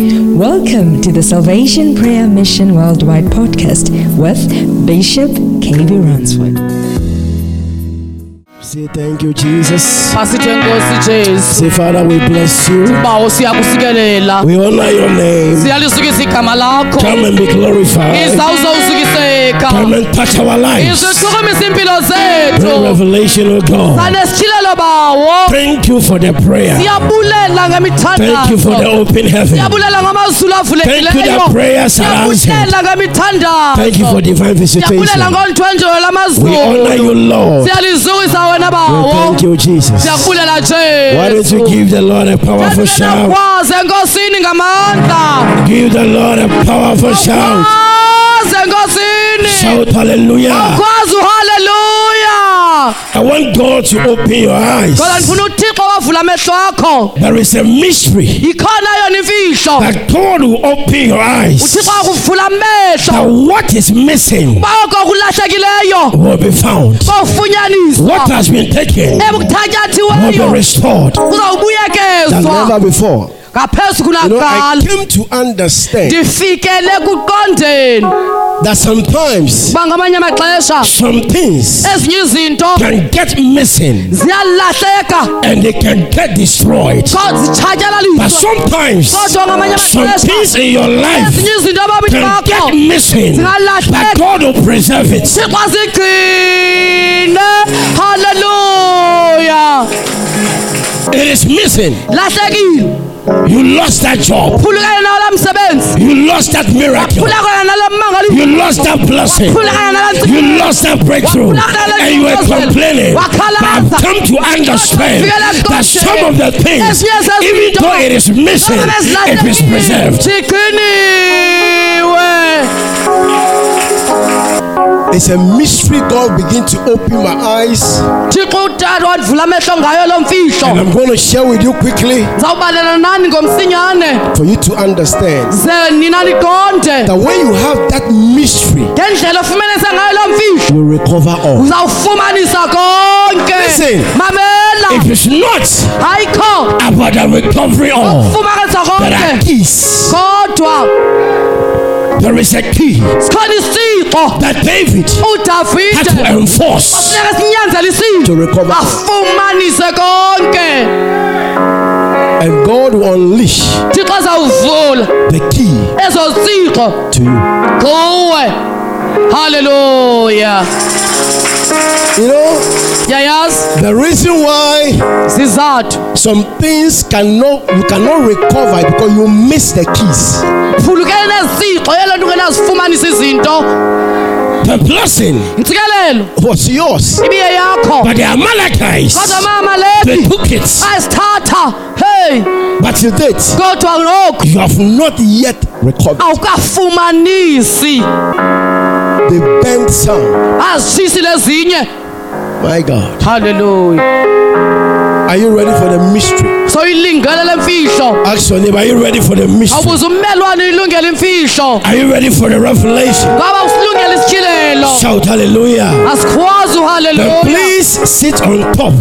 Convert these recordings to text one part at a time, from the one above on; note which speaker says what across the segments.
Speaker 1: Welcome to the Salvation Prayer Mission Worldwide podcast with Bishop KB Ransford.
Speaker 2: Say thank you, Jesus.
Speaker 3: phasithe nkosi jesu
Speaker 2: Say, Father, we bless you.
Speaker 3: bawo siyakusikelela
Speaker 2: We honor your name.
Speaker 3: siyalizukisa igama lakho
Speaker 2: Come and be glorified.
Speaker 3: isa uzawuzukiseka
Speaker 2: Come and touch our lives.
Speaker 3: izihlukumisa impilo
Speaker 2: Bring
Speaker 3: zethu
Speaker 2: revelation, O God.
Speaker 3: sanesitshilelo bawo
Speaker 2: Thank you for the prayer.
Speaker 3: siyabulela
Speaker 2: Thank you for the
Speaker 3: ngemithandazo
Speaker 2: open heaven.
Speaker 3: siyabulela ngamazulu
Speaker 2: Thank you
Speaker 3: avulekileyo
Speaker 2: that prayers are answered.
Speaker 3: siyabulela
Speaker 2: Thank you
Speaker 3: ngemithandazo
Speaker 2: for divine
Speaker 3: siyabulela
Speaker 2: visitation.
Speaker 3: ngontwenjelo
Speaker 2: We honor
Speaker 3: lamazulu
Speaker 2: you, Lord.
Speaker 3: siyalizukisa wena
Speaker 2: We
Speaker 3: bawo
Speaker 2: thank you, Jesus. Why
Speaker 3: siyakubulela
Speaker 2: don't you
Speaker 3: jesu
Speaker 2: give the Lord a powerful shout?
Speaker 3: kwaze enkosini ngamandla
Speaker 2: Give the Lord a powerful shout.
Speaker 3: Kwaze enkosini.
Speaker 2: Shout hallelujah.
Speaker 3: Kwaze uhaleluya.
Speaker 2: I want God to open your eyes.
Speaker 3: Kodwa ndifuna uThixo wavula amehlo akho.
Speaker 2: There is a mystery.
Speaker 3: Ikhona yona imfihlo.
Speaker 2: that God will open your eyes.
Speaker 3: uThixo akuvula amehlo.
Speaker 2: That what is missing
Speaker 3: Bako kulahlekileyo.
Speaker 2: will be found. What
Speaker 3: Kofunyaniswa.
Speaker 2: has been taken will be
Speaker 3: Ebukuthatyathiweyo.
Speaker 2: restored. Than
Speaker 3: Kuzawubuyekezwa.
Speaker 2: before.
Speaker 3: Ngaphezu
Speaker 2: You know, I
Speaker 3: kunakala.
Speaker 2: came to understand
Speaker 3: Ndifikele kuqondeni.
Speaker 2: that sometimes
Speaker 3: Uba ngamanye amaxesha
Speaker 2: some things
Speaker 3: ezinye izinto
Speaker 2: can get missing
Speaker 3: ziyalahleka.
Speaker 2: and they can get destroyed.
Speaker 3: kodwa
Speaker 2: But
Speaker 3: Zitshatyalaliswa.
Speaker 2: sometimes
Speaker 3: Kodwa ngamanye
Speaker 2: some
Speaker 3: amaxesha
Speaker 2: things in your life
Speaker 3: ezinye izinto ababini
Speaker 2: can get
Speaker 3: bakho
Speaker 2: missing. But God will preserve it.
Speaker 3: thixo sigcine halleluya
Speaker 2: It is missing.
Speaker 3: lahlekile
Speaker 2: You lost that job.
Speaker 3: phulukane nala msebenzi
Speaker 2: You lost that miracle.
Speaker 3: phulakana nala mmangali
Speaker 2: You lost that blessing.
Speaker 3: phulakana nala ntsika
Speaker 2: You lost that breakthrough. And you were complaining. But I've come to understand that some of the things, even though it is missing, it is preserved.
Speaker 3: sigciniwe
Speaker 4: It's a mystery God begin to open my eyes.
Speaker 3: thixo utata wandivula amehlo ngayo lo
Speaker 4: And
Speaker 3: mfihlo
Speaker 4: I'm going to share with you quickly
Speaker 3: zawubalela nani ngomsinyane
Speaker 4: for you to understand
Speaker 3: ze nina niqonde
Speaker 4: that when you have that mystery,
Speaker 3: ngendlela ofumenise ngayo lo mfihlo
Speaker 4: you recover all.
Speaker 3: uzawufumanisa konke
Speaker 4: Listen.
Speaker 3: mamela
Speaker 2: It is not
Speaker 3: ayikho
Speaker 2: about the recovery all.
Speaker 3: fumanisa
Speaker 2: There are
Speaker 3: konke
Speaker 2: keys.
Speaker 3: kodwa
Speaker 2: There is a key
Speaker 3: sikhona isixo
Speaker 2: that David had to
Speaker 3: udavide
Speaker 2: enforce.
Speaker 3: funeka sinyanzele isixo
Speaker 4: To recover.
Speaker 3: afumanise konke
Speaker 4: And God will unleash
Speaker 3: thixo zawuvula
Speaker 4: the key
Speaker 3: ezo zixo
Speaker 4: to you.
Speaker 3: kuwe halleluya
Speaker 4: You know,
Speaker 3: yayazi
Speaker 4: the reason why
Speaker 3: zizathu
Speaker 4: some things cannot you cannot recover is because you miss the keys.
Speaker 3: phulukene nezixo yelo nto ungenazifumanisa izinto
Speaker 2: The blessing
Speaker 3: ntsikelelo
Speaker 4: What's yours?
Speaker 3: ibiye yakho
Speaker 2: but the Amalekites,
Speaker 3: kodwa mama
Speaker 2: they
Speaker 3: lebi
Speaker 2: took it.
Speaker 3: asithatha hey
Speaker 4: But you did.
Speaker 3: kodwa lokhu
Speaker 4: You have not yet recovered.
Speaker 3: awukafumanisi
Speaker 4: They bent some.
Speaker 3: azitshisi lezinye
Speaker 4: My God.
Speaker 3: halleluya
Speaker 4: Are you ready for the mystery?
Speaker 3: soyilingele le mfihlo
Speaker 2: Ask your neighbor, are you ready for the mystery?
Speaker 3: awubuze ummelwane uyilungele imfihlo
Speaker 2: Are you ready for the revelation?
Speaker 3: ngaba usilungele isityilelo
Speaker 2: Shout hallelujah.
Speaker 3: asikhwazi
Speaker 2: Then
Speaker 3: uhalleluya
Speaker 2: please sit on top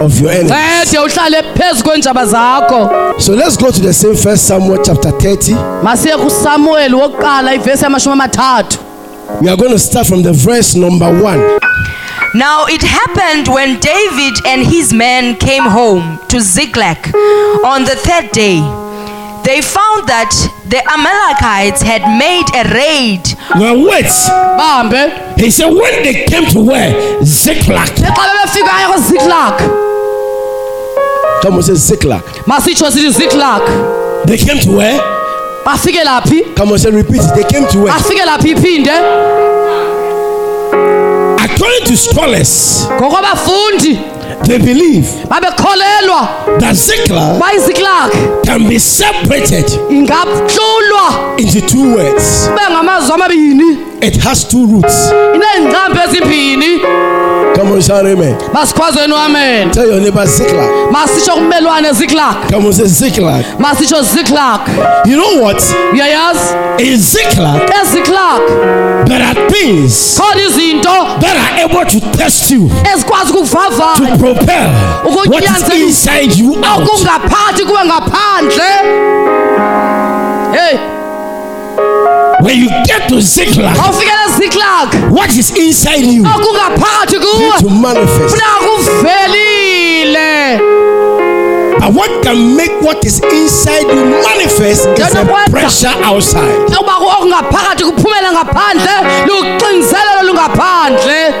Speaker 2: of your enemy.
Speaker 3: ncede uhlale phezu kweentshaba zakho
Speaker 4: So let's go to the same first Samuel chapter 30.
Speaker 3: masiye kusamueli wokuqala ivesi yamashumi amathathu
Speaker 4: We are going to start from the verse number 1.
Speaker 5: Now it happened when David and his men came home to Ziklag on the third day. They found that the Amalekites had made a raid.
Speaker 2: Now wait.
Speaker 3: bahambe
Speaker 2: He said when they came to where? Ziklag.
Speaker 3: xa bebefikayo kuziklak
Speaker 4: Come on, say Ziklag.
Speaker 3: masitsho sithi ziklak
Speaker 2: They came to where?
Speaker 3: bafike laphi
Speaker 4: Come on, say repeat. it. They came to where?
Speaker 3: afike laphi iphinde
Speaker 2: According to scholars,
Speaker 3: ngokobafundi
Speaker 2: they believe
Speaker 3: babekholelwa
Speaker 2: that Ziklag
Speaker 3: bayiziklaki
Speaker 2: can be separated
Speaker 3: ingahlulwa
Speaker 4: Into two words.
Speaker 3: kube ngamazwi amabini
Speaker 4: It has two roots.
Speaker 3: ineengcambo ezimbini
Speaker 4: Come on, shout amen.
Speaker 3: masikhwazeni wamena
Speaker 4: Tell your neighbor Ziklag.
Speaker 3: masitsho kumelwane ziklak
Speaker 4: Come on, say Ziklag.
Speaker 3: masitsho ziklak
Speaker 4: You know what?
Speaker 3: uyayazi
Speaker 2: in Ziklag.
Speaker 3: eziklak
Speaker 2: There are things
Speaker 3: khona izinto
Speaker 2: that are able to test you
Speaker 3: ezikwazi
Speaker 2: to
Speaker 3: ukukuvavanya
Speaker 2: propel what is inside you out.
Speaker 3: okungaphakathi kuwe ngaphandle
Speaker 2: When you get to Ziklag,
Speaker 3: awufikele ziklag
Speaker 4: What is inside you
Speaker 3: okungaphakathi kuwe
Speaker 4: to manifest.
Speaker 3: mna kuvelile
Speaker 4: But what can make what is inside you manifest is
Speaker 3: Yona
Speaker 4: the
Speaker 3: kwenza.
Speaker 4: pressure outside.
Speaker 3: ukuba ku- okungaphakathi kuphumele ngaphandle luxinzelelo lungaphandle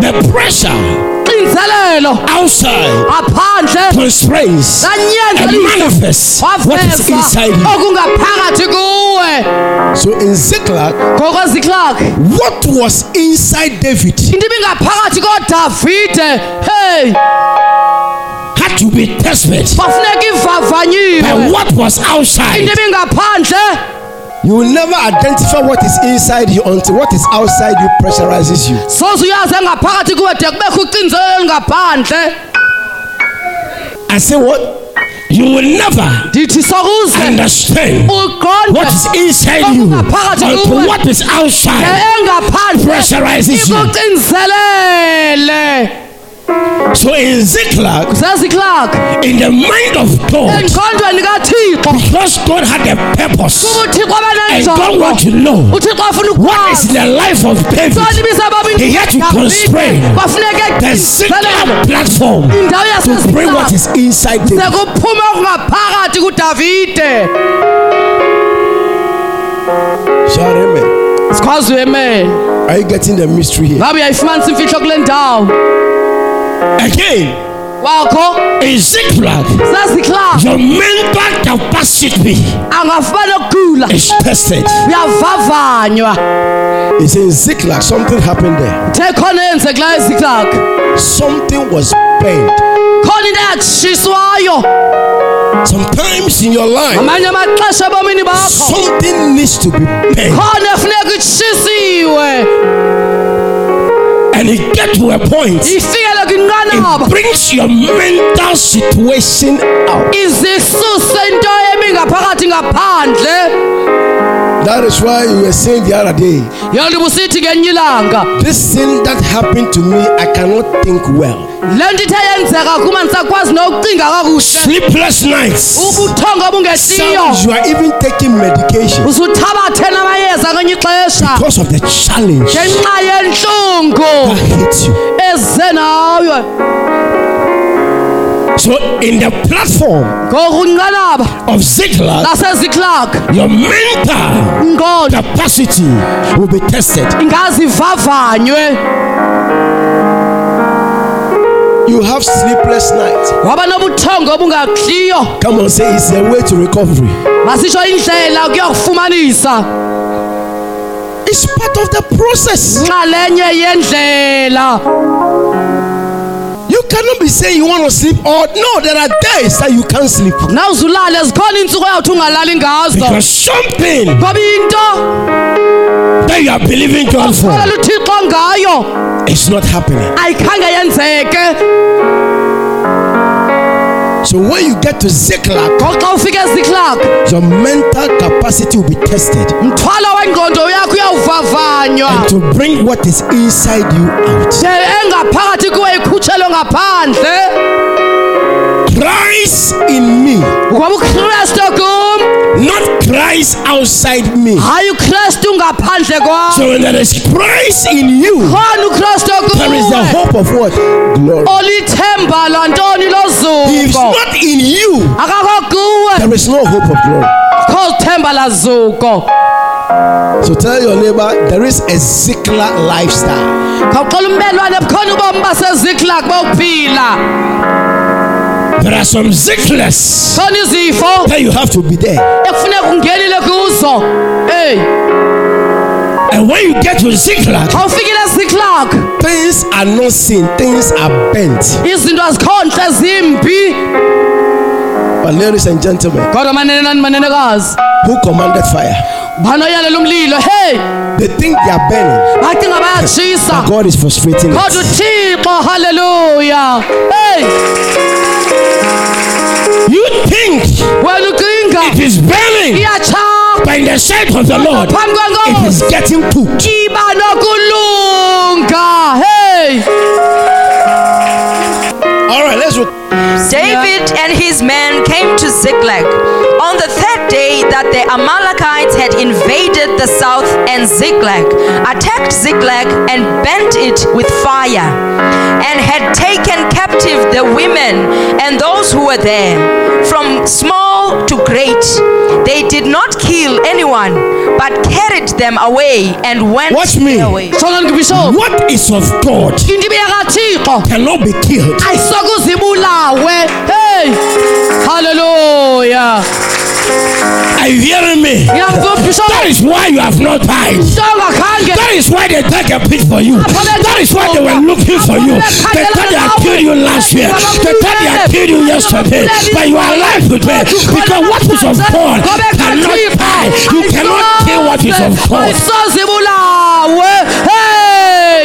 Speaker 2: the pressure
Speaker 3: xinzelelo
Speaker 2: outside
Speaker 3: ngaphandle
Speaker 2: constraints and
Speaker 3: lanyenzelisa
Speaker 2: manifests what is inside you.
Speaker 3: okungaphakathi kuwe
Speaker 4: So in Ziklag,
Speaker 3: ngokweziklag
Speaker 4: what was inside David
Speaker 3: into ibingaphakathi kodavide heyi
Speaker 2: Had to be tested
Speaker 3: kwafuneka
Speaker 2: by
Speaker 3: ivavanyiwe
Speaker 2: what was outside.
Speaker 3: into ibingaphandle
Speaker 4: You will never identify what is inside you until what is outside you pressurizes you.
Speaker 3: soze uyazi engaphakathi kuwe de kubekho uxinzelelo lungaphandle
Speaker 2: I say what? You will never
Speaker 3: ndithi sokuze
Speaker 2: understand
Speaker 3: Oh,
Speaker 2: what is
Speaker 3: uqonde
Speaker 2: inside you
Speaker 3: Oh,
Speaker 2: until what is outside
Speaker 3: engaphandle
Speaker 2: pressurizes you.
Speaker 3: ikuxinzelele
Speaker 2: So in Ziklag,
Speaker 3: zeziklag
Speaker 2: in the mind of God,
Speaker 3: engqondweni kathixo
Speaker 2: because God had a purpose
Speaker 3: kuba uthixo
Speaker 2: and God
Speaker 3: abanenjongo
Speaker 2: want to know
Speaker 3: uthixo afuna
Speaker 2: what is in the life of David,
Speaker 3: ukuqalibisa
Speaker 2: He had to constrain
Speaker 3: kwafuneka
Speaker 2: the Ziklag platform
Speaker 3: indawo
Speaker 2: to bring what
Speaker 3: yaseziklag
Speaker 2: is inside David.
Speaker 3: sekuphuma okungaphakathi kudavide
Speaker 4: Shout amen.
Speaker 3: sikhwaziwe amen
Speaker 4: Are you getting the mystery here?
Speaker 3: ngabe uyayifumanisa imfihlo kule ndawo
Speaker 2: Again,
Speaker 3: wakho
Speaker 2: in Ziklag,
Speaker 3: seziklag
Speaker 2: your mental capacity
Speaker 3: angafumani okugula
Speaker 2: is tested.
Speaker 3: uyavavanywa
Speaker 4: It's in Ziklag. Something happened there.
Speaker 3: the khona eyenzekileyo eziklag
Speaker 4: Something was burned.
Speaker 3: khona into eyatshiswayo
Speaker 4: Sometimes in your life,
Speaker 3: ngamanye amaxesha ebomini bakho
Speaker 4: something needs to be burned.
Speaker 3: khona efuneka itshisiwe
Speaker 2: And it gets to a point,
Speaker 3: ifikele kwinqanaba
Speaker 2: it brings your mental situation out.
Speaker 3: izisuse into ebingaphakathi ngaphandle
Speaker 4: That is why you were saying the other day,
Speaker 3: yona nto busithi ngenye ilanga
Speaker 4: this thing that happened to me, I cannot think well.
Speaker 3: le nto ithe yenzeka kuma ndisakwazi nokucinga kakuhle
Speaker 2: Sleepless nights.
Speaker 3: ubuthongo
Speaker 4: Some
Speaker 3: obungehliyo
Speaker 4: you are even taking medication
Speaker 3: uzuthabathe namayeza kwenye ixesha
Speaker 4: because of the challenge that
Speaker 3: ngenxa yentlungu
Speaker 4: hits you.
Speaker 3: eze nawe
Speaker 2: So in the platform
Speaker 3: ngokunqanaba
Speaker 2: of Ziklag,
Speaker 3: laseziklak
Speaker 2: your mental
Speaker 3: ngondo
Speaker 2: capacity will be tested.
Speaker 3: ingazivavanywe
Speaker 4: You have sleepless nights.
Speaker 3: waba nobuthongo obungakliyo
Speaker 4: Come on, say it's a way to recovery.
Speaker 3: masitsho indlela kuyokufumanisa
Speaker 4: It's part of the process.
Speaker 3: nxalenye yendlela
Speaker 4: You cannot be saying you want to sleep or no, there are days that you can't sleep.
Speaker 3: nawuzulale zikhona iintsuku eyawuthi ungalali ngazo
Speaker 2: Because something
Speaker 3: ngoba into
Speaker 2: that you are believing God for
Speaker 3: oxelela uthixo ngayo
Speaker 4: It's not happening.
Speaker 3: ayikhange yenzeke
Speaker 4: So when you get to Ziklag,
Speaker 3: ngoxa ufike eziklak
Speaker 4: your mental capacity will be tested
Speaker 3: mthwalo wengqondo yakho uyawuvavanywa
Speaker 4: and to bring what is inside you out.
Speaker 3: nje engaphakathi kuwe ikhutshelwe ngaphandle
Speaker 4: Christ in me,
Speaker 3: ngoba ukristu kum
Speaker 4: not Christ outside me.
Speaker 3: hayi ukristu ngaphandle kwakho
Speaker 2: So when there is Christ in you,
Speaker 3: khona ukristu
Speaker 4: There is the
Speaker 3: kuwe
Speaker 4: hope of what? Glory.
Speaker 3: olithemba lwantoni
Speaker 4: If it's
Speaker 3: lozuko
Speaker 4: not in you,
Speaker 3: akakho kuwe
Speaker 4: there is no hope of glory.
Speaker 3: kho themba lazuko
Speaker 4: So tell your neighbor there is a Ziklag lifestyle.
Speaker 3: khawuxela umbelwane bukhona ubomi baseziklak bokuphila
Speaker 2: there are some Ziklags
Speaker 3: khona izifo
Speaker 4: Then you have to be there.
Speaker 3: ekufuneka ungenile kuzo eyi
Speaker 2: And when you get to Ziklag,
Speaker 3: khawufikile eziklak
Speaker 4: Things are not seen, things are bent.
Speaker 3: izinto azikho ntle zimbi
Speaker 4: But ladies and gentlemen,
Speaker 3: kodwa manenenani manenekazi
Speaker 4: who commanded fire?
Speaker 3: banoyalela umlilo heyi
Speaker 4: They think they are burning,
Speaker 3: bacinga bayatshisa
Speaker 4: but God is frustrating
Speaker 3: kodwa
Speaker 4: it.
Speaker 3: uthixo haleluya eyi
Speaker 2: you think
Speaker 3: wena ucinga
Speaker 2: it is burning,
Speaker 3: iyatshapa
Speaker 2: but in the sight of the Lord,
Speaker 3: phambi
Speaker 2: it is
Speaker 3: kwenkosi
Speaker 2: getting cooked.
Speaker 3: iba nokulunga heyi
Speaker 4: All right, let's. Re-
Speaker 5: David and his men came to Ziklag. On the third day, that the Amalekites had invaded the south and Ziklag, attacked Ziklag and burnt it with fire, and had taken captive the women and those who were there, from small to great. They did not kill anyone, but carried them away and went
Speaker 4: Watch me.
Speaker 5: their way.
Speaker 3: Solon kubisho.
Speaker 2: What is of God
Speaker 3: Indimi yakaThixo
Speaker 2: cannot be killed.
Speaker 3: ayisokuzibulawe. Hey! Hallelujah.
Speaker 2: Are you hearing me?
Speaker 3: Ngiyamvuma
Speaker 2: That
Speaker 3: bishop.
Speaker 2: is why you have not died.
Speaker 3: Songa khange
Speaker 2: That is why they dug a pit for you. That is why they were looking for you. They thought they had killed you last year. They thought they had killed you yesterday. But you are alive today. Because what is of God cannot die. You cannot kill what is of God.
Speaker 3: Ayisozibulawe. Hey!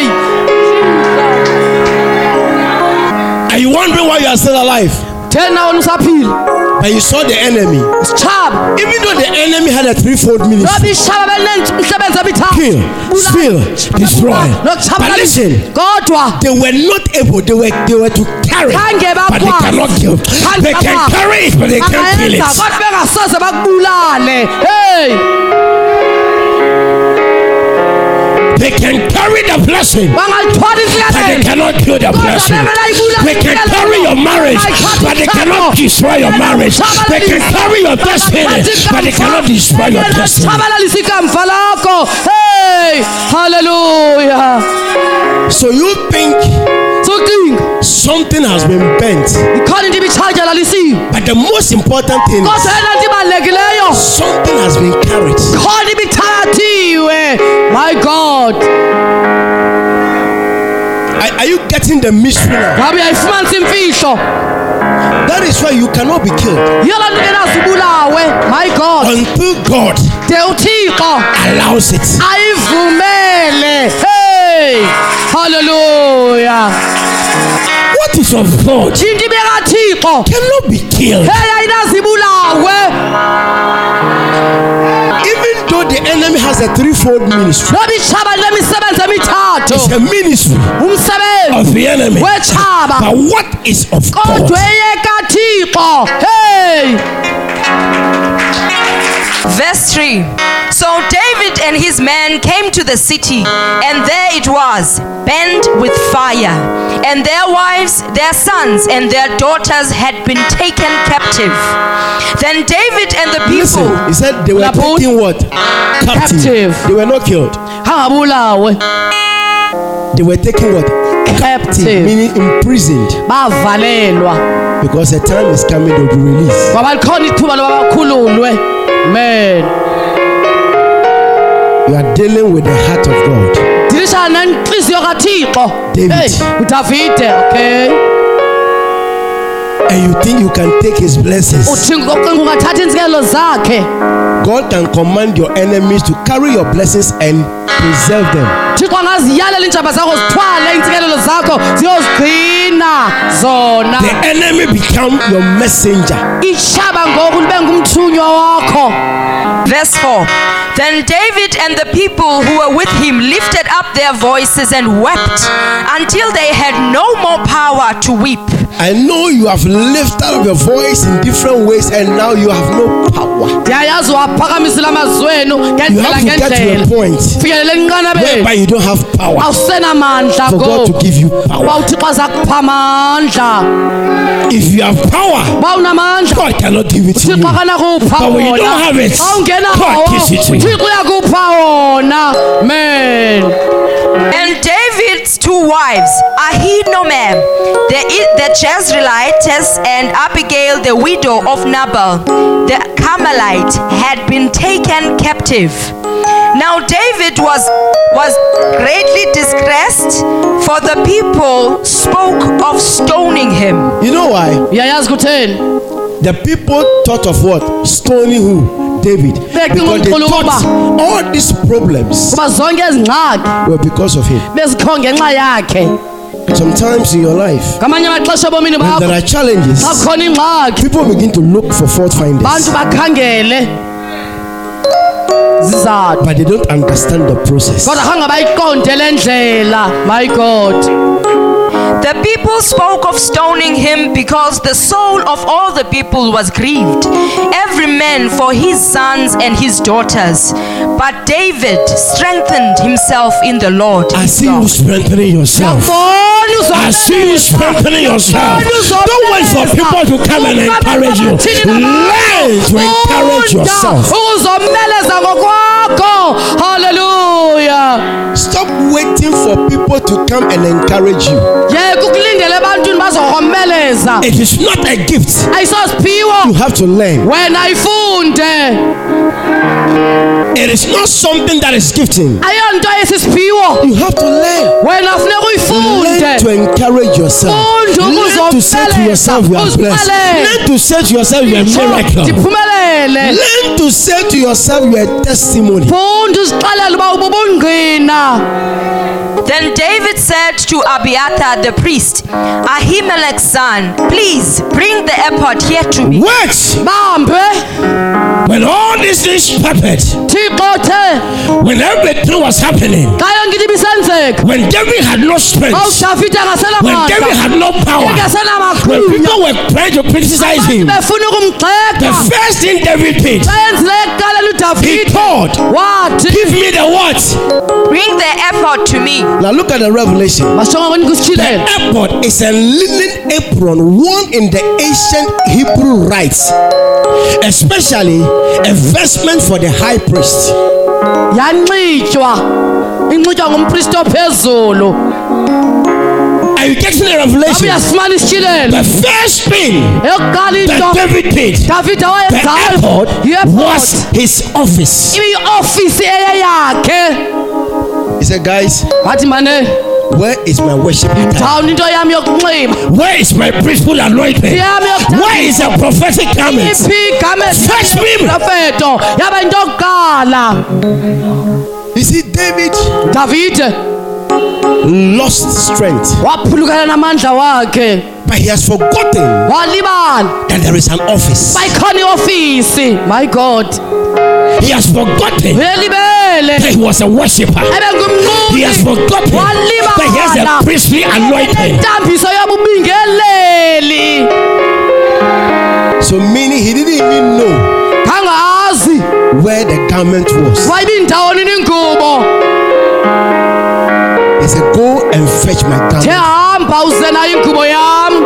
Speaker 4: Are you wondering why you are still alive?
Speaker 3: Tena wena usaphila.
Speaker 4: But you saw the enemy.
Speaker 3: Sichaba.
Speaker 4: Even though the enemy had a threefold
Speaker 3: Ngoba
Speaker 4: ministry.
Speaker 3: ishaba belensebenza bithatha.
Speaker 4: Kill, steal, destroy. But listen,
Speaker 3: Nokuchabalisa. Kodwa
Speaker 4: they were not able, they were they were to carry.
Speaker 3: Khange
Speaker 2: But they
Speaker 3: bakwazi.
Speaker 2: cannot kill. They can carry it, but they can't kill
Speaker 3: Bangayenza,
Speaker 2: it.
Speaker 3: kodwa bengasoze bakubulale. Hey!
Speaker 2: They can carry the blessing.
Speaker 3: Bangalithwala
Speaker 2: But they
Speaker 3: insikelelo.
Speaker 2: cannot kill the blessing. They can carry your marriage, but they cannot destroy your marriage. They can carry your destiny, but they cannot destroy your destiny.
Speaker 3: Bangatshabalalisa ikamva lakho. Hey! Hallelujah.
Speaker 4: So you think
Speaker 3: Socinga.
Speaker 4: something has been bent.
Speaker 3: Ikhona into ibitshajalalisiwe.
Speaker 4: But the most important thing is
Speaker 3: Kodwa yena nto ibalulekileyo.
Speaker 4: something has been carried.
Speaker 3: Ikhona ibithakathiwe. eh. My God.
Speaker 4: Are, are you getting the mystery now?
Speaker 3: Ngabe uyayifumanisa imfihlo.
Speaker 4: That is why you cannot be killed
Speaker 3: Yiyo laa nto benazibulawe. eh. My God.
Speaker 4: until God
Speaker 3: De uThixo.
Speaker 4: allows it.
Speaker 3: ayivumele hey haleluya
Speaker 2: What is of God
Speaker 3: into ibekathixo
Speaker 2: cannot be killed.
Speaker 3: hey ayinazibulawe
Speaker 4: Even though the enemy has a threefold ministry,
Speaker 3: noba itshaba linemisebenzi
Speaker 2: It's
Speaker 3: emithathu
Speaker 2: a ministry
Speaker 3: umsebenzi
Speaker 2: of the enemy.
Speaker 3: wetshaba
Speaker 2: But what is of God?
Speaker 3: kodwa eyekathixo hey
Speaker 5: Verse 3 So David and his men came to the city, and there it was, burned with fire. And their wives, their sons, and their daughters had been taken captive. Then David and the
Speaker 4: listen,
Speaker 5: people.
Speaker 4: he said they were
Speaker 3: Laput.
Speaker 4: taking what? Captive.
Speaker 3: Captive.
Speaker 4: They were not killed.
Speaker 3: angabulawe
Speaker 4: They were taking what?
Speaker 3: captive
Speaker 4: Meaning imprisoned.
Speaker 3: bavalelwa
Speaker 4: Because the time is coming they'll be released.
Speaker 3: ngoba likhona ithuba loba bakhululwe men
Speaker 4: You are dealing with the heart of God.
Speaker 3: dilishana nenhliziyo kathixo
Speaker 4: David.
Speaker 3: hey udavide okay
Speaker 4: And you think you can take his blessings.
Speaker 3: ucinga ucinga ungathatha iintsikelelo zakhe
Speaker 4: God can command your enemies to carry your blessings and preserve them.
Speaker 3: thixo angaziyalela iintshaba zakho zithwale iintsikelelo zakho ziyozigcina zona
Speaker 4: The enemy become your messenger.
Speaker 3: itshaba ngoku libe ngumthunywa wakho
Speaker 5: Verse 4 Then David and the people who were with him lifted up their voices and wept until they had no more power to weep.
Speaker 4: I know you have lifted up your voice in different ways and now you have no power.
Speaker 3: ndiyayazi waphakamisile amazwi wenu
Speaker 4: You
Speaker 3: ngendlela
Speaker 4: have to get to
Speaker 3: ngendlela
Speaker 4: a point
Speaker 3: fikelele
Speaker 4: whereby
Speaker 3: enqanabeni
Speaker 4: you don't have power.
Speaker 3: awusenamandla
Speaker 4: For God to give you power.
Speaker 3: uba uthixo aza kupha amandla
Speaker 2: If you have power,
Speaker 3: uba unamandla
Speaker 2: God cannot give it to
Speaker 3: uthixo
Speaker 2: you.
Speaker 3: akanakupha
Speaker 2: But when you don't have it,
Speaker 3: awungenawo
Speaker 2: God gives it to you.
Speaker 3: uthixo uyakupha wona men
Speaker 5: And David's two wives, Ahinoam, the, the Jezreelitess, and Abigail, the widow of Nabal, the Carmelite, had been taken captive. Now David was, was greatly distressed, for the people spoke of stoning him.
Speaker 4: You know why?
Speaker 3: uyayazi kutheni
Speaker 4: The people thought of what? Stoning who? David.
Speaker 3: Beking
Speaker 4: Because they
Speaker 3: umkhuluma.
Speaker 4: thought all these problems
Speaker 3: kuba zonke ezi ngxaki
Speaker 4: were because of him.
Speaker 3: bezikho ngenxa yakhe
Speaker 4: Sometimes in your life,
Speaker 3: ngamanye amaxesha ebomini
Speaker 4: when there
Speaker 3: bakho
Speaker 4: are challenges,
Speaker 3: xa kukhona ingxaki
Speaker 4: people begin to look for fault
Speaker 3: bantu
Speaker 4: finders,
Speaker 3: bakhangele zizathu
Speaker 4: but they don't understand the process.
Speaker 3: kodwa khange bayiqonde le ndlela my god
Speaker 5: The people spoke of stoning him because the soul of all the people was grieved, every man men for his sons and his daughters. But David strengthened himself in the Lord.
Speaker 2: I
Speaker 5: his
Speaker 2: see you
Speaker 5: God.
Speaker 2: strengthening yourself.
Speaker 3: Ngiyakubona
Speaker 2: I
Speaker 3: uzobona.
Speaker 2: see you strengthening yourself. Don't wait for people to come and encourage you. Learn to encourage yourself.
Speaker 3: uzomeleza ngokwakho haleluya
Speaker 4: Stop waiting for people to come and encourage you.
Speaker 3: yeka ukulindela ebantwini bazokomeleza
Speaker 2: It is not a gift.
Speaker 3: ayisosiphiwo
Speaker 4: You have to learn.
Speaker 3: wena ifunde
Speaker 4: It is not something that is gifting.
Speaker 3: ayonto esisiphiwo
Speaker 4: You have to learn.
Speaker 3: wena funeka
Speaker 4: Learn to
Speaker 3: uyifunde
Speaker 4: encourage yourself.
Speaker 3: Ufunde
Speaker 4: Learn to say to
Speaker 3: ukuzomeleza,
Speaker 4: yourself, you are blessed.
Speaker 3: uzibeleze.
Speaker 4: Learn to say to yourself, you are a miracle.
Speaker 3: ndiphumelele
Speaker 4: Learn to say to yourself, you are a testimony.
Speaker 3: funda uzixelele uba ububungqina
Speaker 5: Then David said to Abiathar the priest, Ahimelech's son, please bring the airport here to me.
Speaker 2: Wait.
Speaker 3: bambe
Speaker 2: When all this is happened,
Speaker 3: thixo the
Speaker 2: when everything was happening,
Speaker 3: xa yonke into ibisenzeka
Speaker 2: when David had no strength,
Speaker 3: owudavide
Speaker 2: when David
Speaker 3: angasenamandla
Speaker 2: had no power, when
Speaker 3: engasenamagunya
Speaker 2: people were trying to criticize him,
Speaker 3: befuna
Speaker 2: the
Speaker 3: ukumgxeka
Speaker 2: first thing David did,
Speaker 3: bayenzileyo ekuqaleni
Speaker 2: he
Speaker 3: udavide
Speaker 2: called,
Speaker 3: wathi
Speaker 2: Give me the what?
Speaker 5: Bring the airport to me.
Speaker 4: Now look at the revelation.
Speaker 3: masonga kwenika
Speaker 4: The
Speaker 3: usitshilelo
Speaker 4: airport is a linen apron worn in the ancient Hebrew rites, especially a vestment for the high priest.
Speaker 3: yanxitywa inxitywa ngumpristi ophezulu
Speaker 2: Are you getting the
Speaker 3: abe
Speaker 2: revelation?
Speaker 3: uyasifumana isitshilelo
Speaker 2: The first thing
Speaker 3: eyokuqala into
Speaker 2: that David did,
Speaker 3: davide
Speaker 2: the
Speaker 3: wayenzayo
Speaker 2: airport
Speaker 3: yeairport
Speaker 2: was his office.
Speaker 3: ibiyiofisi eyeyakhe
Speaker 4: He said, Guys,
Speaker 3: wathi mane
Speaker 4: where is my worship? attire?
Speaker 3: ndawuni into yam yokunxiba
Speaker 2: Where is my priesthood anointing? Where is the prophetic garment? Fetch me.
Speaker 3: iphikameprofeto yaba into yokuqala
Speaker 4: You see, David
Speaker 3: davide
Speaker 4: lost strength,
Speaker 3: waphulukana namandla wakhe
Speaker 4: but he has forgotten
Speaker 3: walibala
Speaker 4: that there is an office.
Speaker 3: bayikhona iofisi my god
Speaker 2: He has forgotten
Speaker 3: uyelibele
Speaker 2: that he was a worshiper. He has
Speaker 3: ebengumnquli
Speaker 2: forgotten that he has a priestly anointing.
Speaker 3: entambiso yobubingeleli
Speaker 4: So, meaning he didn't even know
Speaker 3: kangazi
Speaker 4: where the garment was.
Speaker 3: wayibindawoni ningubo
Speaker 4: He said, Go and fetch my garment.
Speaker 3: thehamba uze nayo ingubo yam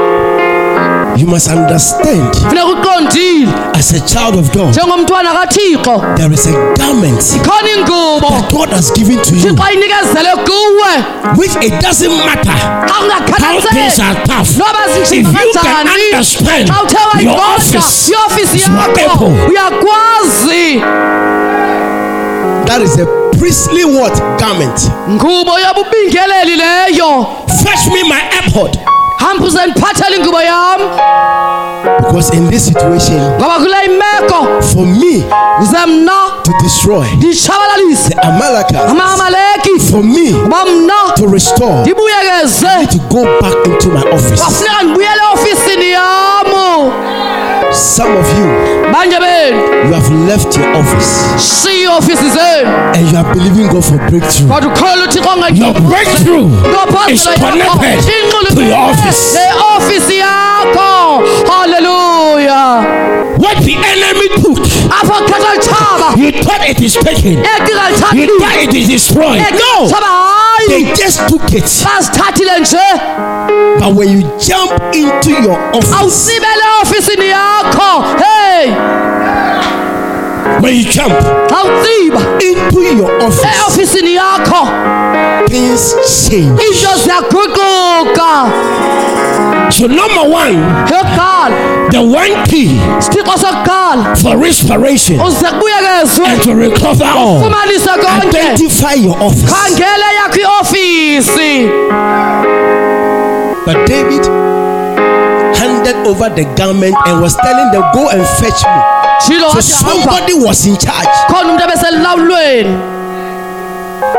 Speaker 4: You must understand,
Speaker 3: funeka uqondile
Speaker 4: as a child of God,
Speaker 3: njengomntwana kathixo
Speaker 4: there is a garment
Speaker 3: khona ingubo
Speaker 4: that God has given to you,
Speaker 3: thixo ayinikezele kuwe
Speaker 2: Which it doesn't matter how
Speaker 3: xa
Speaker 2: things
Speaker 3: ungakhathazeli
Speaker 2: are tough.
Speaker 3: noba
Speaker 2: If you can
Speaker 3: zinjingakanjani
Speaker 2: understand
Speaker 3: xa uthe
Speaker 2: your
Speaker 3: wayiqonda
Speaker 2: office
Speaker 3: iofisi
Speaker 2: is what
Speaker 3: yakho
Speaker 2: able,
Speaker 3: uyakwazi
Speaker 4: that is a priestly what? Garment.
Speaker 3: ngubo yobubingeleli leyo
Speaker 2: fetch me my airport.
Speaker 3: hamba uze ndiphathele ingubo yam
Speaker 4: Because in this situation,
Speaker 3: ngoba kule imeko
Speaker 4: for me
Speaker 3: ze mna
Speaker 4: to destroy
Speaker 3: nditshabalalise
Speaker 4: the Amalekite,
Speaker 3: amamaleki
Speaker 4: for me
Speaker 3: uba mna
Speaker 4: to restore, I need
Speaker 3: ndibuyekeze
Speaker 4: to go back into my office.
Speaker 3: kwafuneka ndibuyele ofisini yam
Speaker 4: Some of you,
Speaker 3: banje benu
Speaker 4: you have left your office
Speaker 3: shiye iofisi zenu
Speaker 4: and you are believing God for breakthrough.
Speaker 3: kodwa ukholela uthixo
Speaker 2: Your breakthrough is connected to your office.
Speaker 3: ofisi yakho halleluya
Speaker 2: What the enemy took,
Speaker 3: apho khetha tshaba
Speaker 2: you thought it is taken.
Speaker 3: etika
Speaker 2: You
Speaker 3: tshaba
Speaker 2: thought it is destroyed. No,
Speaker 3: tshaba
Speaker 4: They
Speaker 3: hayi
Speaker 4: just took it.
Speaker 3: bazithathile nje
Speaker 4: But when you jump into your office,
Speaker 3: awusibele ofisini yakho hey
Speaker 4: when you jump
Speaker 3: awutsiba
Speaker 4: into your office,
Speaker 3: eofisini yakho
Speaker 4: things change.
Speaker 3: into ziyaguquka
Speaker 2: So number one,
Speaker 3: yokuqala
Speaker 2: the one key
Speaker 3: sithixo sokuqala
Speaker 2: for restoration
Speaker 3: uze kubuyekezwe
Speaker 2: and to recover all.
Speaker 3: fumanise konke
Speaker 4: Identify your office.
Speaker 3: khangele yakho iofisi
Speaker 4: But David handed over the garment and was telling them, Go and fetch me.
Speaker 3: jilo wathi hamba
Speaker 4: So somebody was in charge.
Speaker 3: khona umntu ebeselulawulweni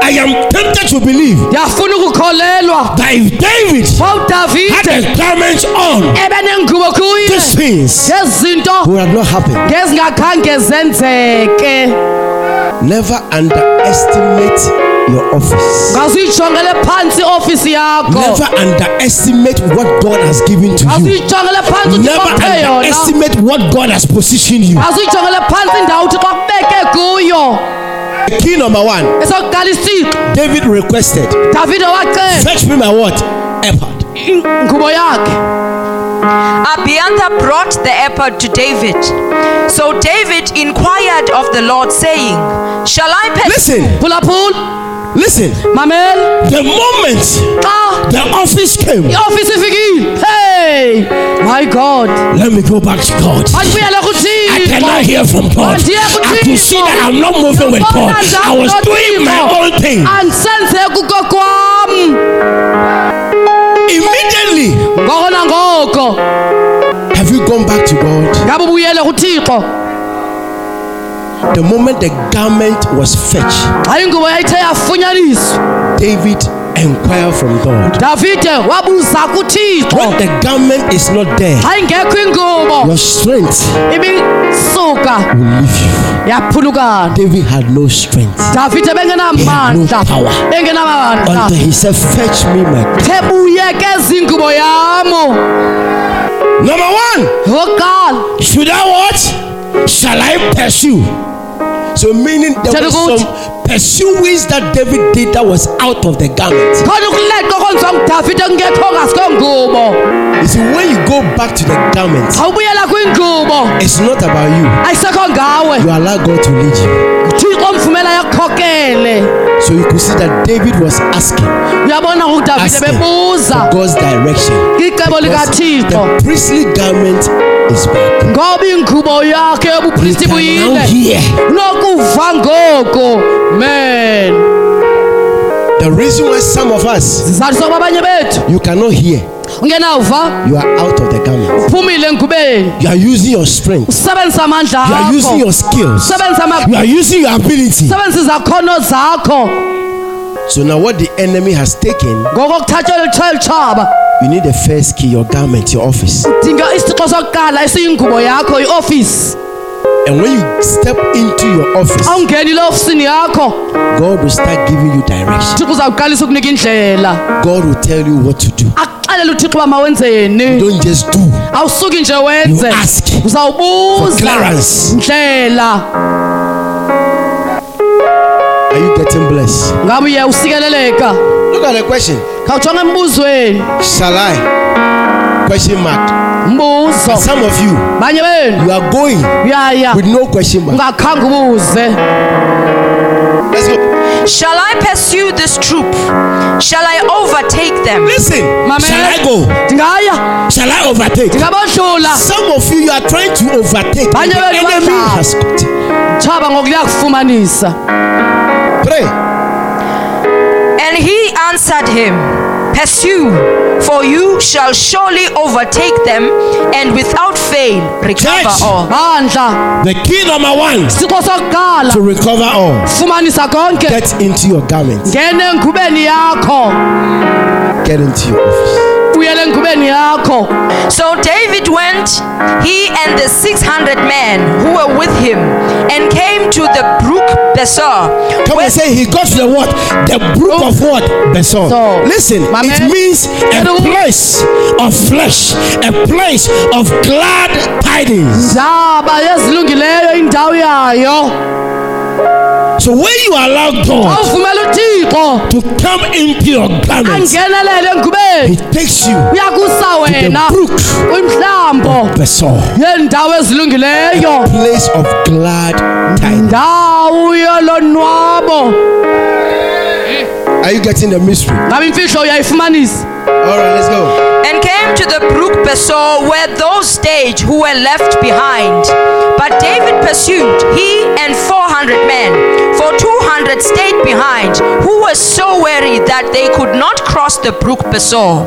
Speaker 2: I am tempted to believe
Speaker 3: ndiyafuna ukukholelwa
Speaker 2: that if David had
Speaker 3: wawudavide
Speaker 2: the garments on,
Speaker 3: ebenengubo kuye
Speaker 4: These things
Speaker 3: ngezinto
Speaker 4: would have not happened.
Speaker 3: ngezingakhange zenzeke
Speaker 4: Never underestimate your office.
Speaker 3: ngazuyijongele phantsi iofisi yakho
Speaker 4: Never underestimate what God has given to you.
Speaker 3: ngazuyijongele phantsi uthixo
Speaker 4: Never
Speaker 3: akuthe yona
Speaker 4: underestimate what God has positioned you.
Speaker 3: ngazuyijongele phantsi indawo uthixo akubeke kuyo
Speaker 4: Key number one
Speaker 3: esokuqala isixo
Speaker 4: David requested,
Speaker 3: davide wacela
Speaker 4: Fetch me my what? Ephod.
Speaker 3: ingubo yakhe
Speaker 5: Abiathar brought the ephod to David. So David inquired of the Lord, saying, Shall I pursue?
Speaker 4: Listen,
Speaker 3: phulaphula
Speaker 4: listen.
Speaker 3: mamela
Speaker 4: The moment
Speaker 3: xa
Speaker 4: the office came,
Speaker 3: iofisi ifikile hey my god
Speaker 4: let me go back to God.
Speaker 3: andibuyele
Speaker 4: I cannot
Speaker 3: kuthixo
Speaker 4: hear from God. I could see that I'm not moving with God. I was doing my own thing.
Speaker 3: andisenze kuko kwam
Speaker 4: Immediately,
Speaker 3: ngoko nangoko
Speaker 4: have you gone back to God?
Speaker 3: ngabe ubuyele kuthixo
Speaker 4: The moment the garment was fetched,
Speaker 3: xa ingubo yayithe yafunyaniswa
Speaker 4: David inquired from God.
Speaker 3: davide wabuza kuthixo
Speaker 4: When the garment is not there,
Speaker 3: xa ingekho ingubo
Speaker 4: your strength
Speaker 3: ibisuka
Speaker 4: will leave you.
Speaker 3: yaphulukana
Speaker 4: David had no strength.
Speaker 3: davide bengenamandla
Speaker 4: He had no power.
Speaker 3: bengenamandla
Speaker 4: Until he said, Fetch me my.
Speaker 3: thebuyekeza ingubo yamo
Speaker 4: Number one,
Speaker 3: okokuqala
Speaker 4: should I what? Shall I pursue? So, meaning there
Speaker 3: Tell
Speaker 4: was
Speaker 3: God.
Speaker 4: some pursuings that David did that was out of the garment.
Speaker 3: khona ukuleqa okwenziwa ngudavide kungekho ngasi kwengubo
Speaker 4: You see, when you go back to the garment,
Speaker 3: awubuyela kwingubo
Speaker 4: it's not about you.
Speaker 3: ayisekho ngawe
Speaker 4: You allow God to lead you.
Speaker 3: thixo mvumela yakukhokele
Speaker 4: So you could see that David was asking,
Speaker 3: uyabona ngokudavide
Speaker 4: asking
Speaker 3: bebuza
Speaker 4: for God's direction.
Speaker 3: icebo
Speaker 4: Because
Speaker 3: likathixo
Speaker 4: the priestly garment is back.
Speaker 3: ngoba ingubo yakhe
Speaker 4: You
Speaker 3: yobupristi
Speaker 4: can now
Speaker 3: buyile
Speaker 4: hear.
Speaker 3: unokuva ngoku men
Speaker 4: The reason why some of us
Speaker 3: zizathu sokuba abanye bethu
Speaker 4: you cannot hear,
Speaker 3: ungenawuva
Speaker 4: you are out of the garment.
Speaker 3: phumile engubeni
Speaker 4: You are using your strength.
Speaker 3: usebenzisa amandla
Speaker 4: You are using your
Speaker 3: akho
Speaker 4: skills.
Speaker 3: usebenzisa ama-
Speaker 4: You are using your ability.
Speaker 3: usebenzisa izakhono zakho
Speaker 4: So now, what the enemy has taken,
Speaker 3: ngoko kuthatyelwa lutshayela utshaba
Speaker 4: you need the first key, your garment, your office.
Speaker 3: dinga isixo sokuqala esiyingubo yakho iofisi
Speaker 4: And when you step into your office,
Speaker 3: awungeni le ofisini yakho
Speaker 4: God will start giving you direction.
Speaker 3: uthixo uzawuqalisa ukunika indlela
Speaker 4: God will tell you what to do.
Speaker 3: akuxelele uthixo uba mawenzeni
Speaker 4: Don't just do.
Speaker 3: awusuki nje
Speaker 4: You
Speaker 3: wenze
Speaker 4: ask for
Speaker 3: uzawubuza
Speaker 4: clearance.
Speaker 3: ndlela
Speaker 4: Are you getting blessed?
Speaker 3: ngabe uye usikeleleka
Speaker 4: Look at the question.
Speaker 3: khawujonge embuzweni
Speaker 4: Shall I? Question mark.
Speaker 3: mbuzo
Speaker 4: Some of you,
Speaker 3: banye benu
Speaker 4: you are going
Speaker 3: Ah. uyaya
Speaker 4: with no question mark.
Speaker 3: ungakhange ubuze
Speaker 4: Let's go.
Speaker 5: Shall I pursue this troop? Shall I overtake them?
Speaker 4: Listen. Shall I go?
Speaker 3: ndingaya
Speaker 4: Shall I overtake?
Speaker 3: ndingabodlula
Speaker 4: Some of you, you are trying to overtake. The
Speaker 3: Banye benu
Speaker 4: enemy
Speaker 3: badla.
Speaker 4: has got.
Speaker 3: tshaba ngoku liyakufumanisa
Speaker 4: Pray.
Speaker 5: And he answered him, Pursue, for you shall surely overtake them, and without fail recover
Speaker 4: Church.
Speaker 5: all.
Speaker 3: bandla
Speaker 4: The key number one
Speaker 3: isixo sokuqala
Speaker 4: to recover all.
Speaker 3: fumanisa konke
Speaker 4: Get into your garment.
Speaker 3: ngena engubeni yakho
Speaker 4: Get into your office.
Speaker 3: buyela engubeni yakho
Speaker 5: So David went, he and the 600 men who were with him, and came to the brook Besor.
Speaker 4: Come and say he got to the what? The brook of what? Besor.
Speaker 2: Oh.
Speaker 3: So,
Speaker 4: Listen,
Speaker 3: my
Speaker 4: it
Speaker 2: eh?
Speaker 3: man-
Speaker 4: means a place of flesh, a place of glad tidings.
Speaker 3: ndaba ezilungileyo indawo yayo
Speaker 4: So when you allow God
Speaker 3: awuvumela uthixo
Speaker 4: to come into your garments,
Speaker 3: angenelele
Speaker 4: He
Speaker 3: engubeni
Speaker 4: takes you to
Speaker 3: uyakusa wena
Speaker 4: the brook
Speaker 3: kwimhlambo
Speaker 4: Besor,
Speaker 3: yendawo ezilungileyo
Speaker 4: place of glad tidings.
Speaker 3: ndawo yolonwabo
Speaker 4: Are you getting the mystery? All
Speaker 3: ngabe imfihlo uyayifumanisa
Speaker 4: right, let's go.
Speaker 5: And came to the brook Besor where those stayed who were left behind. But David pursued, he and 400 men, for 200 stayed behind, who were so weary that they could not cross the brook Besor.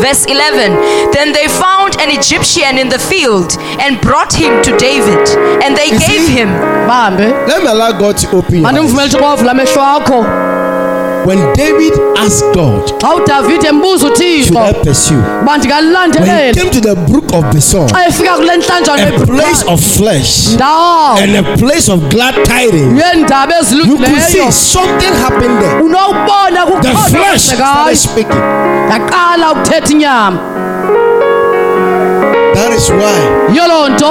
Speaker 5: Verse 11 Then they found an Egyptian in the field and brought him to David, and they gave him.
Speaker 3: bahambe
Speaker 4: Let me allow God to open your eyes.
Speaker 3: mandimvumela uthixo wavula amehlo akho
Speaker 4: when David asked God
Speaker 3: xa udavide embuza
Speaker 4: should I
Speaker 3: uthixo
Speaker 4: pursue
Speaker 3: uba
Speaker 4: when he
Speaker 3: ndingalulandeleli
Speaker 4: came to the brook of Besor
Speaker 3: xa efika kule ntlanjana
Speaker 4: a place
Speaker 3: ebhubhayo,
Speaker 4: of flesh
Speaker 3: ndawo
Speaker 4: and a place of glad tidings
Speaker 3: yeendaba
Speaker 4: you could
Speaker 3: ezilungileyo
Speaker 4: see something happened there
Speaker 3: unokubona
Speaker 4: the flesh
Speaker 3: Oh
Speaker 4: started
Speaker 3: kukhonazekayo
Speaker 4: speaking
Speaker 3: yaqala ukuthetha inyama
Speaker 4: that is why
Speaker 3: yiyo loo nto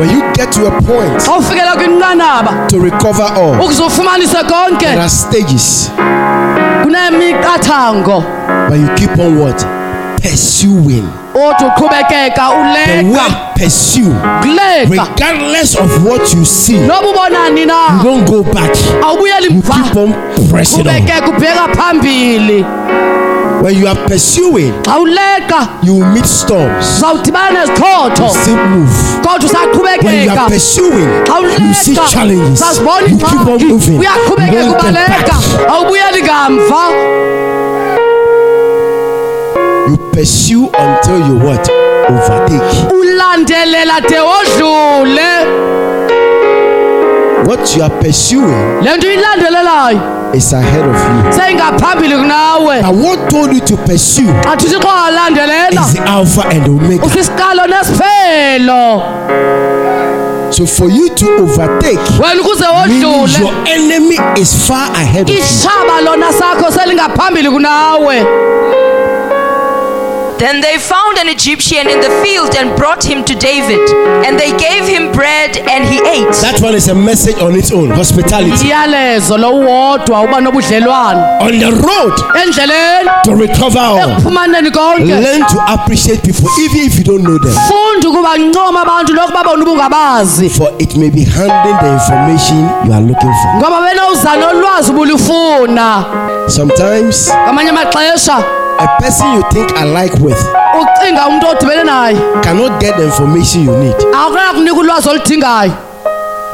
Speaker 4: when you get to a point
Speaker 3: xa ufikela kwinqanaba
Speaker 4: to recover all
Speaker 3: ukuze ufumanise konke
Speaker 4: there are stages
Speaker 3: kunemiqathango
Speaker 4: but you keep on what pursuing
Speaker 3: othi uqhubekeka
Speaker 4: the
Speaker 3: uleqa
Speaker 4: word pursue
Speaker 3: kuleqa
Speaker 4: regardless of what you see you
Speaker 3: noba ubonani na
Speaker 4: don't go back
Speaker 3: awubuyeli
Speaker 4: you
Speaker 3: mva
Speaker 4: keep on pressing on
Speaker 3: qhubekeka ubheka phambili
Speaker 4: when you are pursuing
Speaker 3: xa uleqa
Speaker 4: you will meet storms
Speaker 3: uzawudibana nezichotho
Speaker 4: still move
Speaker 3: kodwa
Speaker 4: when you
Speaker 3: usaqhubekeka
Speaker 4: are pursuing you see
Speaker 3: awuleqa
Speaker 4: challenges
Speaker 3: sazibona
Speaker 4: you keep on
Speaker 3: iingxaki
Speaker 4: moving
Speaker 3: uyaqhubekeka
Speaker 4: don't get
Speaker 3: ubaleka
Speaker 4: back
Speaker 3: awubuyeli kamva
Speaker 4: you pursue until you what overtake
Speaker 3: ulandelela de wodlule
Speaker 4: what you are pursuing
Speaker 3: le nto uyilandelelayo
Speaker 4: is ahead of you
Speaker 3: seyingaphambili kunawe
Speaker 4: and what told you to pursue
Speaker 3: xa thuthi xo alandelela
Speaker 4: is the alpha and omega
Speaker 3: uthi isiqalo nesiphelo
Speaker 4: so for you to overtake
Speaker 3: wena ukuze
Speaker 4: meaning your
Speaker 3: wodlule
Speaker 4: enemy is far ahead of you
Speaker 3: ishaba lona sakho selingaphambili kunawe
Speaker 5: Then they found an Egyptian in the field and brought him to David. And they gave him bread and he ate.
Speaker 4: that one is a message on its own hospitality
Speaker 3: iyalezo lowodwa uba nobudlelwane
Speaker 4: on the road
Speaker 3: endleleni
Speaker 4: to recover
Speaker 2: Oh.
Speaker 4: all
Speaker 3: ekuphumaneni konke
Speaker 4: learn to appreciate people even if you don't know them
Speaker 3: funda ukuba ncoma abantu nokuba bona ubungabazi
Speaker 4: for it may be handling the information you are looking for
Speaker 3: ngoba benowuza nolwazi ubulufuna
Speaker 4: sometimes
Speaker 3: ngamanye amaxesha
Speaker 4: a person you think alike with
Speaker 3: ucinga umntu odibene naye
Speaker 4: cannot get the information you need
Speaker 3: akunakunika ulwazi oludingayo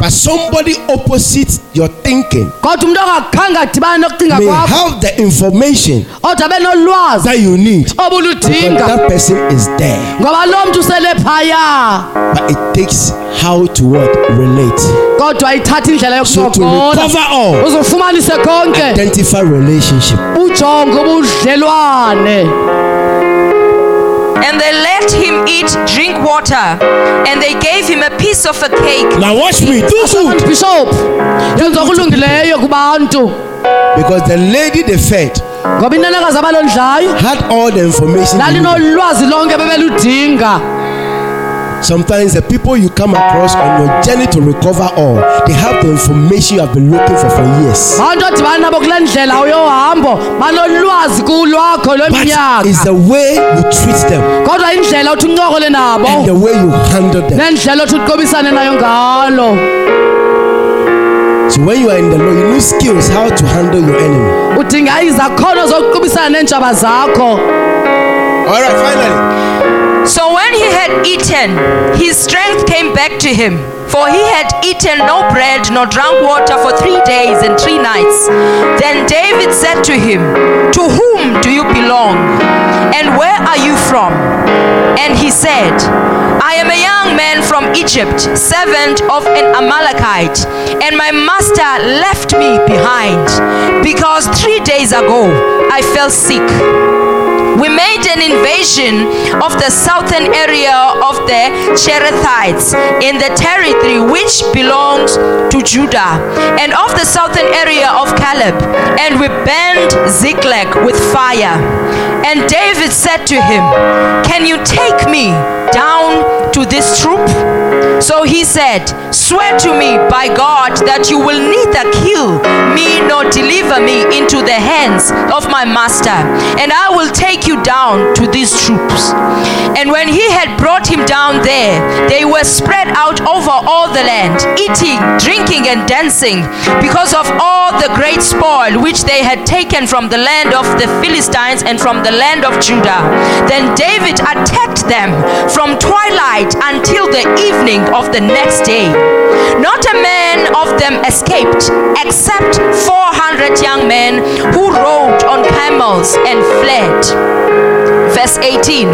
Speaker 4: but somebody opposite your thinking
Speaker 3: kodwa umntu ongakhange adibane nokucinga
Speaker 4: may
Speaker 3: kwakho
Speaker 4: have the information
Speaker 3: odwa abe nolwazi
Speaker 4: that you need because
Speaker 3: obuludinga
Speaker 4: that person is there
Speaker 3: ngoba lo mntu usele phaya
Speaker 4: but it takes how to what relate
Speaker 3: kodwa ayithatha indlela
Speaker 4: so to recover
Speaker 3: yokuncokola
Speaker 4: all
Speaker 3: uzufumanise konke
Speaker 4: identify relationship
Speaker 3: ujonge ubudlelwane
Speaker 5: And they let him eat, drink water. And they gave him a piece of a cake.
Speaker 4: now watch me do good
Speaker 3: bishop yenza okulungileyo kubantu
Speaker 4: because the lady they fed
Speaker 3: ngoba inanakazi abalondlayo
Speaker 4: had all the information they needed.
Speaker 3: lalinolwazi lonke bebeludinga
Speaker 4: sometimes the people you come across on your journey to recover all they have the information you have been looking for for years
Speaker 3: abantu odibana nabo kule ndlela uyohambo banolwazi kulwakho
Speaker 4: but
Speaker 3: lweminyaka
Speaker 4: it's the way you treat them
Speaker 3: kodwa indlela othi uncokole nabo
Speaker 4: and the way you handle them
Speaker 3: nendlela othi uqobisane nayo ngalo
Speaker 4: so when you are in the Lord you need skills how to handle your enemy
Speaker 3: udinga izakhono zokuqobisana neentshaba zakho
Speaker 4: all right finally
Speaker 5: So when he had eaten, his strength came back to him. For he had eaten no bread nor drunk water for three days and three nights. Then David said to him, To whom do you belong? And where are you from? And he said, I am a young man from Egypt, servant of an Amalekite, and my master left me behind because three days ago I fell sick. We made an invasion of the southern area of the Cherethites in the territory which belongs to Judah, and of the southern area of Caleb, and we burned Ziklag with fire. And David said to him, Can you take me down to this troop? So he said, Swear to me by God that you will neither kill me nor deliver me into the hands of my master, and I will take you down to these troops. And when he had brought him down there, they were spread out over all the land, eating, drinking, and dancing, because of all the great spoil which they had taken from the land of the Philistines and from the land of Judah. Then David attacked them from twilight until the evening of the next day. Not a man of them escaped, except 400 young men who rode on camels and fled. verse 18.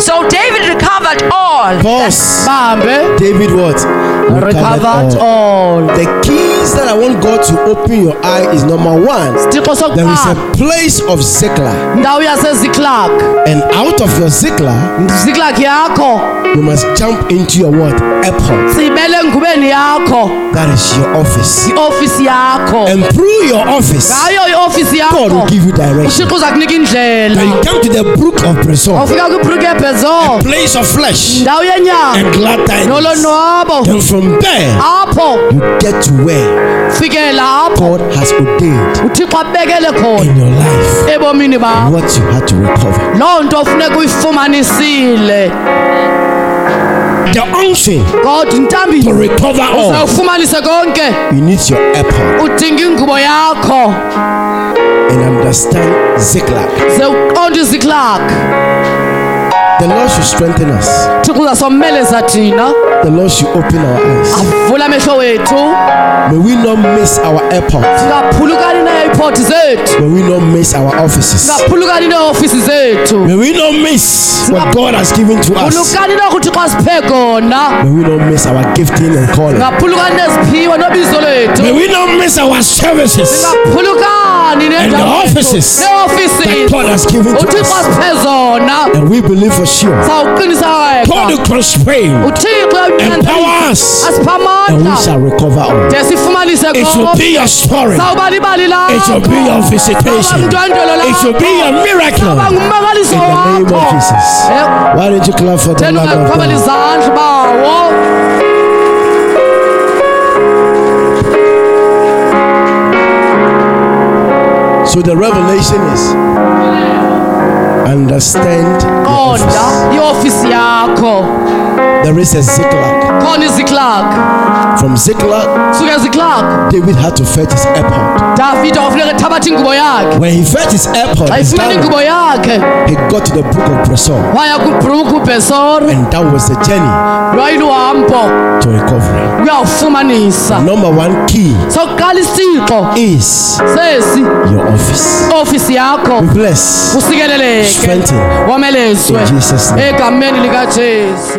Speaker 5: So David recovered all.
Speaker 4: Pause.
Speaker 3: Bambe.
Speaker 4: David what?
Speaker 3: Recovered all.
Speaker 4: The keys that I want God to open your eye is number one.
Speaker 3: Sithixo
Speaker 4: There is
Speaker 3: sokuqala
Speaker 4: a place of Ziklag,
Speaker 3: ndawo yaseziklak.
Speaker 4: and out of your Ziklag,
Speaker 3: Ziklak yakho.
Speaker 4: you must jump into your what? Airport.
Speaker 3: Sibele ngubeni yakho.
Speaker 4: That is your office.
Speaker 3: Office yakho.
Speaker 4: And through your office,
Speaker 3: Ngayo i-office
Speaker 4: God will
Speaker 3: yakho.
Speaker 4: give you direction.
Speaker 3: ushixo uza kunika
Speaker 4: When you
Speaker 3: indlela
Speaker 4: come to the brook of Bresson,
Speaker 3: wafika kwibruke ebhezo
Speaker 4: place of flesh
Speaker 3: ndawo yenyanga
Speaker 4: and glad tidings.
Speaker 3: nolonwabo
Speaker 4: And from there,
Speaker 3: apho
Speaker 4: you get to where
Speaker 3: fikela apho
Speaker 4: God has ordained
Speaker 3: uthixo abekele khona
Speaker 4: in your life
Speaker 3: ebomini bakho
Speaker 4: what you had to recover.
Speaker 3: loo nto funeka uyifumanisile
Speaker 4: The unction
Speaker 3: kodwa
Speaker 4: to
Speaker 3: intambile
Speaker 4: recover all,
Speaker 3: uzawufumanise konke
Speaker 4: you need your airport
Speaker 3: udinga ingubo yakho
Speaker 4: and understand Ziklag.
Speaker 3: ze uqonde iziklak
Speaker 4: The Lord should strengthen us.
Speaker 3: thixo uzasomeleza thina
Speaker 4: The Lord should open our eyes.
Speaker 3: avula amehlo wethu
Speaker 4: May we not miss our airport.
Speaker 3: singaphulukani neeipoti zethu
Speaker 4: May we not miss our offices.
Speaker 3: singaphulukani neeofisi zethu
Speaker 4: May we not miss what God has given to us.
Speaker 3: phulukani noku thixo asiphe kona
Speaker 4: May we not miss our gifting and calling.
Speaker 3: singaphulukani neziphiwe nobizo
Speaker 2: May
Speaker 3: lethu
Speaker 2: we not miss our services
Speaker 3: singaphulukani
Speaker 2: and the offices that
Speaker 3: neeofisi
Speaker 2: God has given to
Speaker 3: uthixo
Speaker 2: us.
Speaker 3: asiphe zona
Speaker 4: And we believe for sure
Speaker 3: sawuqinisa
Speaker 2: God
Speaker 3: weka
Speaker 2: will constrain
Speaker 3: uthixo
Speaker 2: Empower
Speaker 3: uyawunyanzelisa
Speaker 2: us.
Speaker 3: asipha
Speaker 4: and we
Speaker 3: amandla
Speaker 4: shall recover all.
Speaker 3: de sifumanise
Speaker 2: It should be your story.
Speaker 3: sawuba libali
Speaker 2: It should be your visitation. It should be your miracle.
Speaker 3: ngumangaliso
Speaker 4: In the name
Speaker 3: wakho
Speaker 4: of Jesus.
Speaker 3: Eh,
Speaker 4: Why don't you clap for the
Speaker 3: tena
Speaker 4: Lord of
Speaker 3: ungaziqhwabela
Speaker 4: God?
Speaker 3: izandla bawo
Speaker 4: So the revelation is understand the
Speaker 3: qonda
Speaker 4: office.
Speaker 3: iofisi yakho
Speaker 4: There is a Ziklag.
Speaker 3: khona iziklak
Speaker 4: From Ziklag,
Speaker 3: suke ziklak
Speaker 4: David had to fetch his airport.
Speaker 3: davida wafuneka ethabatha ingubo yakhe
Speaker 4: When he fetched his airport,
Speaker 3: xa
Speaker 4: his
Speaker 3: ifumene
Speaker 4: garment,
Speaker 3: ingubo yakhe
Speaker 4: he got to the book of Bresson.
Speaker 3: waya kwibruku ubhesori
Speaker 4: And that was the journey
Speaker 3: lwayiluhambo
Speaker 4: to recovery.
Speaker 3: uyawufumanisa
Speaker 4: Number one key
Speaker 3: sokuqala isixo
Speaker 4: is
Speaker 3: sesi
Speaker 4: your office.
Speaker 3: ofisi yakho
Speaker 4: We bless.
Speaker 3: usikeleleke
Speaker 4: Strengthen.
Speaker 3: womelezwe
Speaker 4: In Jesus' name.
Speaker 3: egameni likajesu